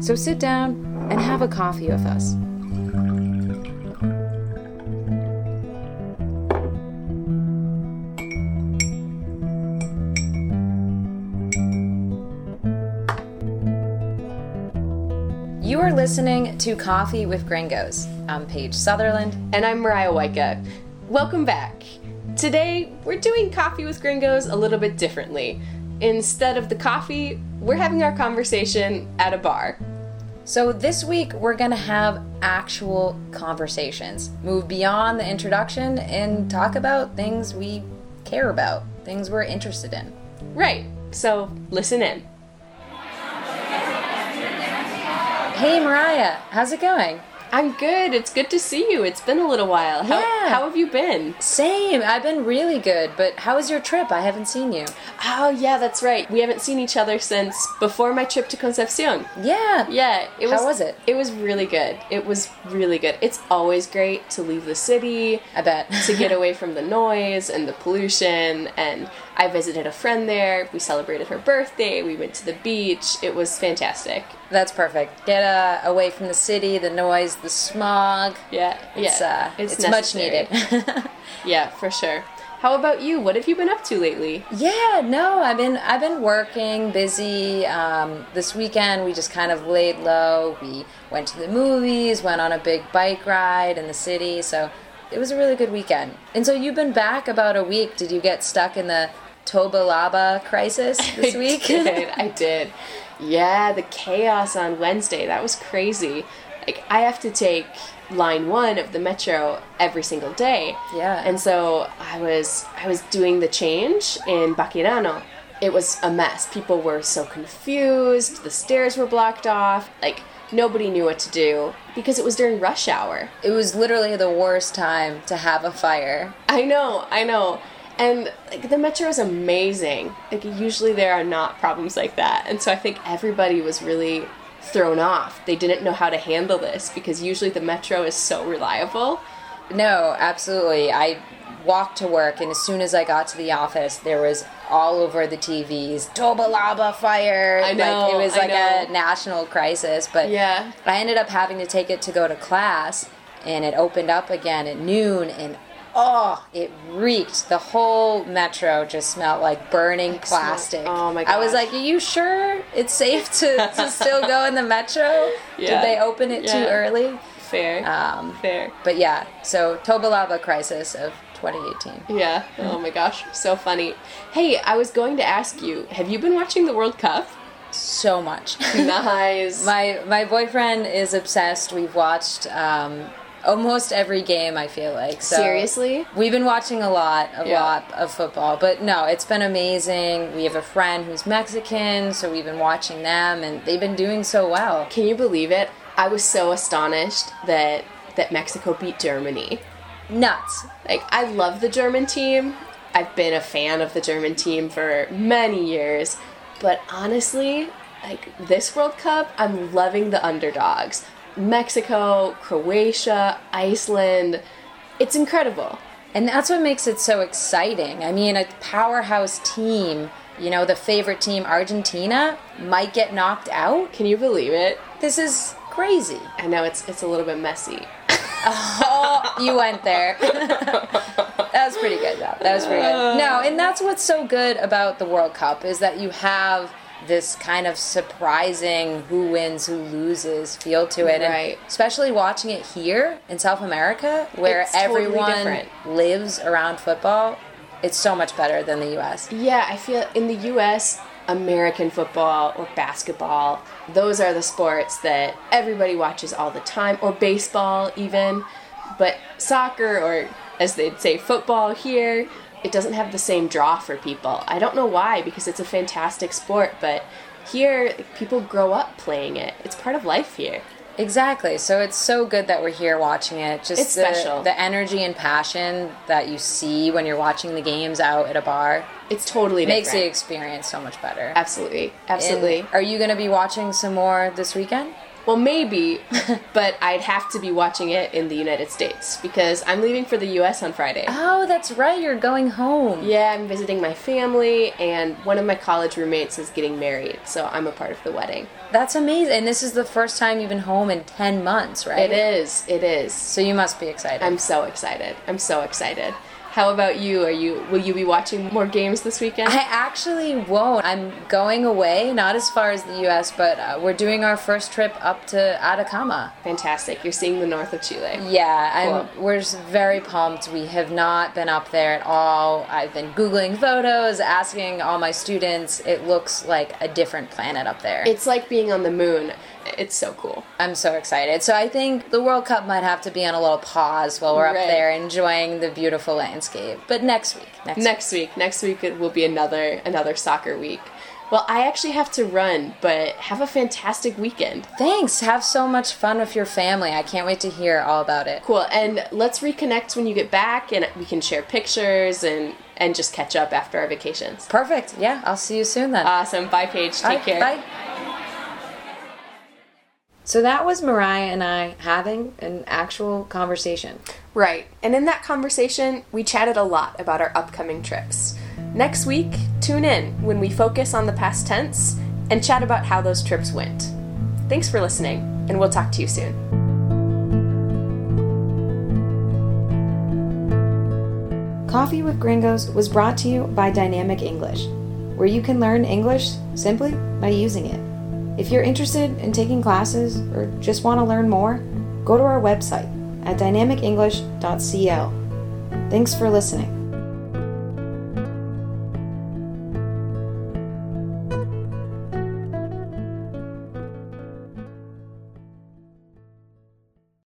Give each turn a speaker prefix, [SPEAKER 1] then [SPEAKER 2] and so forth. [SPEAKER 1] So sit down and have a coffee with us. You are listening to Coffee with Gringos. I'm Paige Sutherland.
[SPEAKER 2] And I'm Mariah Wyka. Welcome back. Today, we're doing Coffee with Gringos a little bit differently. Instead of the coffee, we're having our conversation at a bar.
[SPEAKER 1] So, this week we're going to have actual conversations, move beyond the introduction, and talk about things we care about, things we're interested in.
[SPEAKER 2] Right, so listen in.
[SPEAKER 1] Hey, Mariah, how's it going?
[SPEAKER 2] I'm good. It's good to see you. It's been a little while. How,
[SPEAKER 1] Yeah.
[SPEAKER 2] how have you been?
[SPEAKER 1] Same, I've been really good, but how was your trip? I haven't seen you.
[SPEAKER 2] Oh, yeah, that's right. We haven't seen each other since before my trip to Concepcion.
[SPEAKER 1] Yeah.
[SPEAKER 2] Yeah, it
[SPEAKER 1] How was
[SPEAKER 2] was.
[SPEAKER 1] it?
[SPEAKER 2] It was really good. It was really good. It's always great to leave the city.
[SPEAKER 1] I bet.
[SPEAKER 2] to get away from the noise and the pollution. And I visited a friend there. We celebrated her birthday. We went to the beach. It was fantastic.
[SPEAKER 1] That's perfect. Get uh, away from the city, the noise, the smog.
[SPEAKER 2] Yeah,
[SPEAKER 1] It's,
[SPEAKER 2] yeah,
[SPEAKER 1] uh, it's much
[SPEAKER 2] necessary.
[SPEAKER 1] needed.
[SPEAKER 2] yeah, for sure. How about you? What have you been up to lately?
[SPEAKER 1] Yeah, no, I've been I've been working, busy. Um, this weekend we just kind of laid low. We went to the movies, went on a big bike ride in the city, so it was a really good weekend. And so you've been back about a week. Did you get stuck in the Toba Laba crisis this
[SPEAKER 2] I
[SPEAKER 1] week?
[SPEAKER 2] did, I did. Yeah, the chaos on Wednesday. That was crazy. Like I have to take line 1 of the metro every single day.
[SPEAKER 1] Yeah.
[SPEAKER 2] And so I was I was doing the change in Baquirano. It was a mess. People were so confused. The stairs were blocked off. Like nobody knew what to do because it was during rush hour.
[SPEAKER 1] it was literally the worst time to have a fire.
[SPEAKER 2] I know, I know. And like the metro is amazing. Like usually there are not problems like that. And so I think everybody was really thrown off. They didn't know how to handle this because usually the metro is so reliable.
[SPEAKER 1] No, absolutely. I walked to work, and as soon as I got to the office, there was all over the TVs Tobalaba fire.
[SPEAKER 2] I know,
[SPEAKER 1] Like, it was
[SPEAKER 2] I
[SPEAKER 1] like a
[SPEAKER 2] know.
[SPEAKER 1] national crisis. But
[SPEAKER 2] Yeah.
[SPEAKER 1] I ended up having to take it to go to class, and it opened up again at noon, and oh, it reeked. The whole metro just smelled like burning
[SPEAKER 2] smell-
[SPEAKER 1] plastic.
[SPEAKER 2] oh my
[SPEAKER 1] I was
[SPEAKER 2] gosh.
[SPEAKER 1] like, "Are you sure it's safe to, to still go in the metro?
[SPEAKER 2] Yeah.
[SPEAKER 1] Did they open it too
[SPEAKER 2] Yeah.
[SPEAKER 1] early?"
[SPEAKER 2] Fair.
[SPEAKER 1] Um,
[SPEAKER 2] Fair.
[SPEAKER 1] but yeah, so Tobalaba crisis of 2018.
[SPEAKER 2] Yeah. Oh my gosh. So funny. Hey, I was going to ask you, have you been watching the World Cup?
[SPEAKER 1] So much.
[SPEAKER 2] Nice.
[SPEAKER 1] my my boyfriend is obsessed. We've watched um, almost every game. I feel like so
[SPEAKER 2] Seriously?
[SPEAKER 1] We've been watching a lot, a
[SPEAKER 2] Yeah.
[SPEAKER 1] lot of football. But no, it's been amazing. We have a friend who's Mexican, so we've been watching them, and they've been doing so well.
[SPEAKER 2] Can you believe it? I was so astonished that that Mexico beat Germany.
[SPEAKER 1] Nuts.
[SPEAKER 2] Like, I love the German team. I've been a fan of the German team for many years. But honestly, like this World Cup, I'm loving the underdogs. Mexico, Croatia, Iceland. It's incredible.
[SPEAKER 1] And that's what makes it so exciting. I mean, a powerhouse team, you know, the favorite team, Argentina, might get knocked out.
[SPEAKER 2] Can you believe it?
[SPEAKER 1] This is crazy.
[SPEAKER 2] I know it's it's a little bit messy.
[SPEAKER 1] Oh, you went there. that was pretty good, though. That was pretty
[SPEAKER 2] Uh.
[SPEAKER 1] good. No, and that's what's so good about the World Cup is that you have this kind of surprising who wins, who loses feel to it.
[SPEAKER 2] Right.
[SPEAKER 1] And especially watching it here in South America, where
[SPEAKER 2] It's totally
[SPEAKER 1] everyone
[SPEAKER 2] different.
[SPEAKER 1] lives around football, it's so much better than the U.S.
[SPEAKER 2] Yeah, I feel in the US, American football or basketball, those are the sports that everybody watches all the time, or baseball even. But soccer, or as they'd say, football here, it doesn't have the same draw for people. I don't know why, because it's a fantastic sport, but here people grow up playing it. It's part of life here.
[SPEAKER 1] Exactly. So it's so good that we're here watching it. Just
[SPEAKER 2] It's
[SPEAKER 1] the,
[SPEAKER 2] special.
[SPEAKER 1] the energy and passion that you see when you're watching the games out at a bar
[SPEAKER 2] It's totally
[SPEAKER 1] makes the
[SPEAKER 2] different.
[SPEAKER 1] experience so much better.
[SPEAKER 2] absolutely
[SPEAKER 1] And
[SPEAKER 2] absolutely.
[SPEAKER 1] are you going to be watching some more this weekend?
[SPEAKER 2] Well, maybe, but I'd have to be watching it in the United States because I'm leaving for the US on Friday.
[SPEAKER 1] Oh, that's right. You're going home.
[SPEAKER 2] Yeah, I'm visiting my family, and one of my college roommates is getting married, so I'm a part of the wedding.
[SPEAKER 1] That's amazing. And this is the first time you've been home in 10 months, right?
[SPEAKER 2] It is, it is.
[SPEAKER 1] So you must be excited.
[SPEAKER 2] I'm so excited. I'm so excited. How about you? Are you will you be watching more games this weekend?
[SPEAKER 1] I actually won't. I'm going away, not as far as the US, but uh, we're doing our first trip up to Atacama.
[SPEAKER 2] Fantastic. You're seeing the north of Chile.
[SPEAKER 1] Yeah, I'm,
[SPEAKER 2] Cool.
[SPEAKER 1] we're just very pumped. We have not been up there at all. I've been Googling photos, asking all my students. It looks like a different planet up there.
[SPEAKER 2] It's like being on the moon. It's so cool.
[SPEAKER 1] I'm so excited. So I think the World Cup might have to be on a little pause while we're up
[SPEAKER 2] Right.
[SPEAKER 1] there enjoying the beautiful landscape. But next week, next, week.
[SPEAKER 2] Next week. Next week it will be another another soccer week. Well, I actually have to run, but have a fantastic weekend.
[SPEAKER 1] Thanks. Have so much fun with your family. I can't wait to hear all about it.
[SPEAKER 2] Cool. And let's reconnect when you get back and we can share pictures and and just catch up after our vacations.
[SPEAKER 1] Perfect. Yeah, I'll see you soon then.
[SPEAKER 2] Awesome. Bye Paige.
[SPEAKER 1] Bye.
[SPEAKER 2] Take care.
[SPEAKER 1] Bye. So that was Mariah and I having an actual conversation.
[SPEAKER 2] Right. And in that conversation, we chatted a lot about our upcoming trips. Next week, tune in when we focus on the past tense and chat about how those trips went. Thanks for listening, and we'll talk to you soon.
[SPEAKER 3] Coffee with Gringos was brought to you by Dynamic English, where you can learn English simply by using it. If you're interested in taking classes or just want to learn more, go to our website at dynamicenglish.cl. Thanks for listening.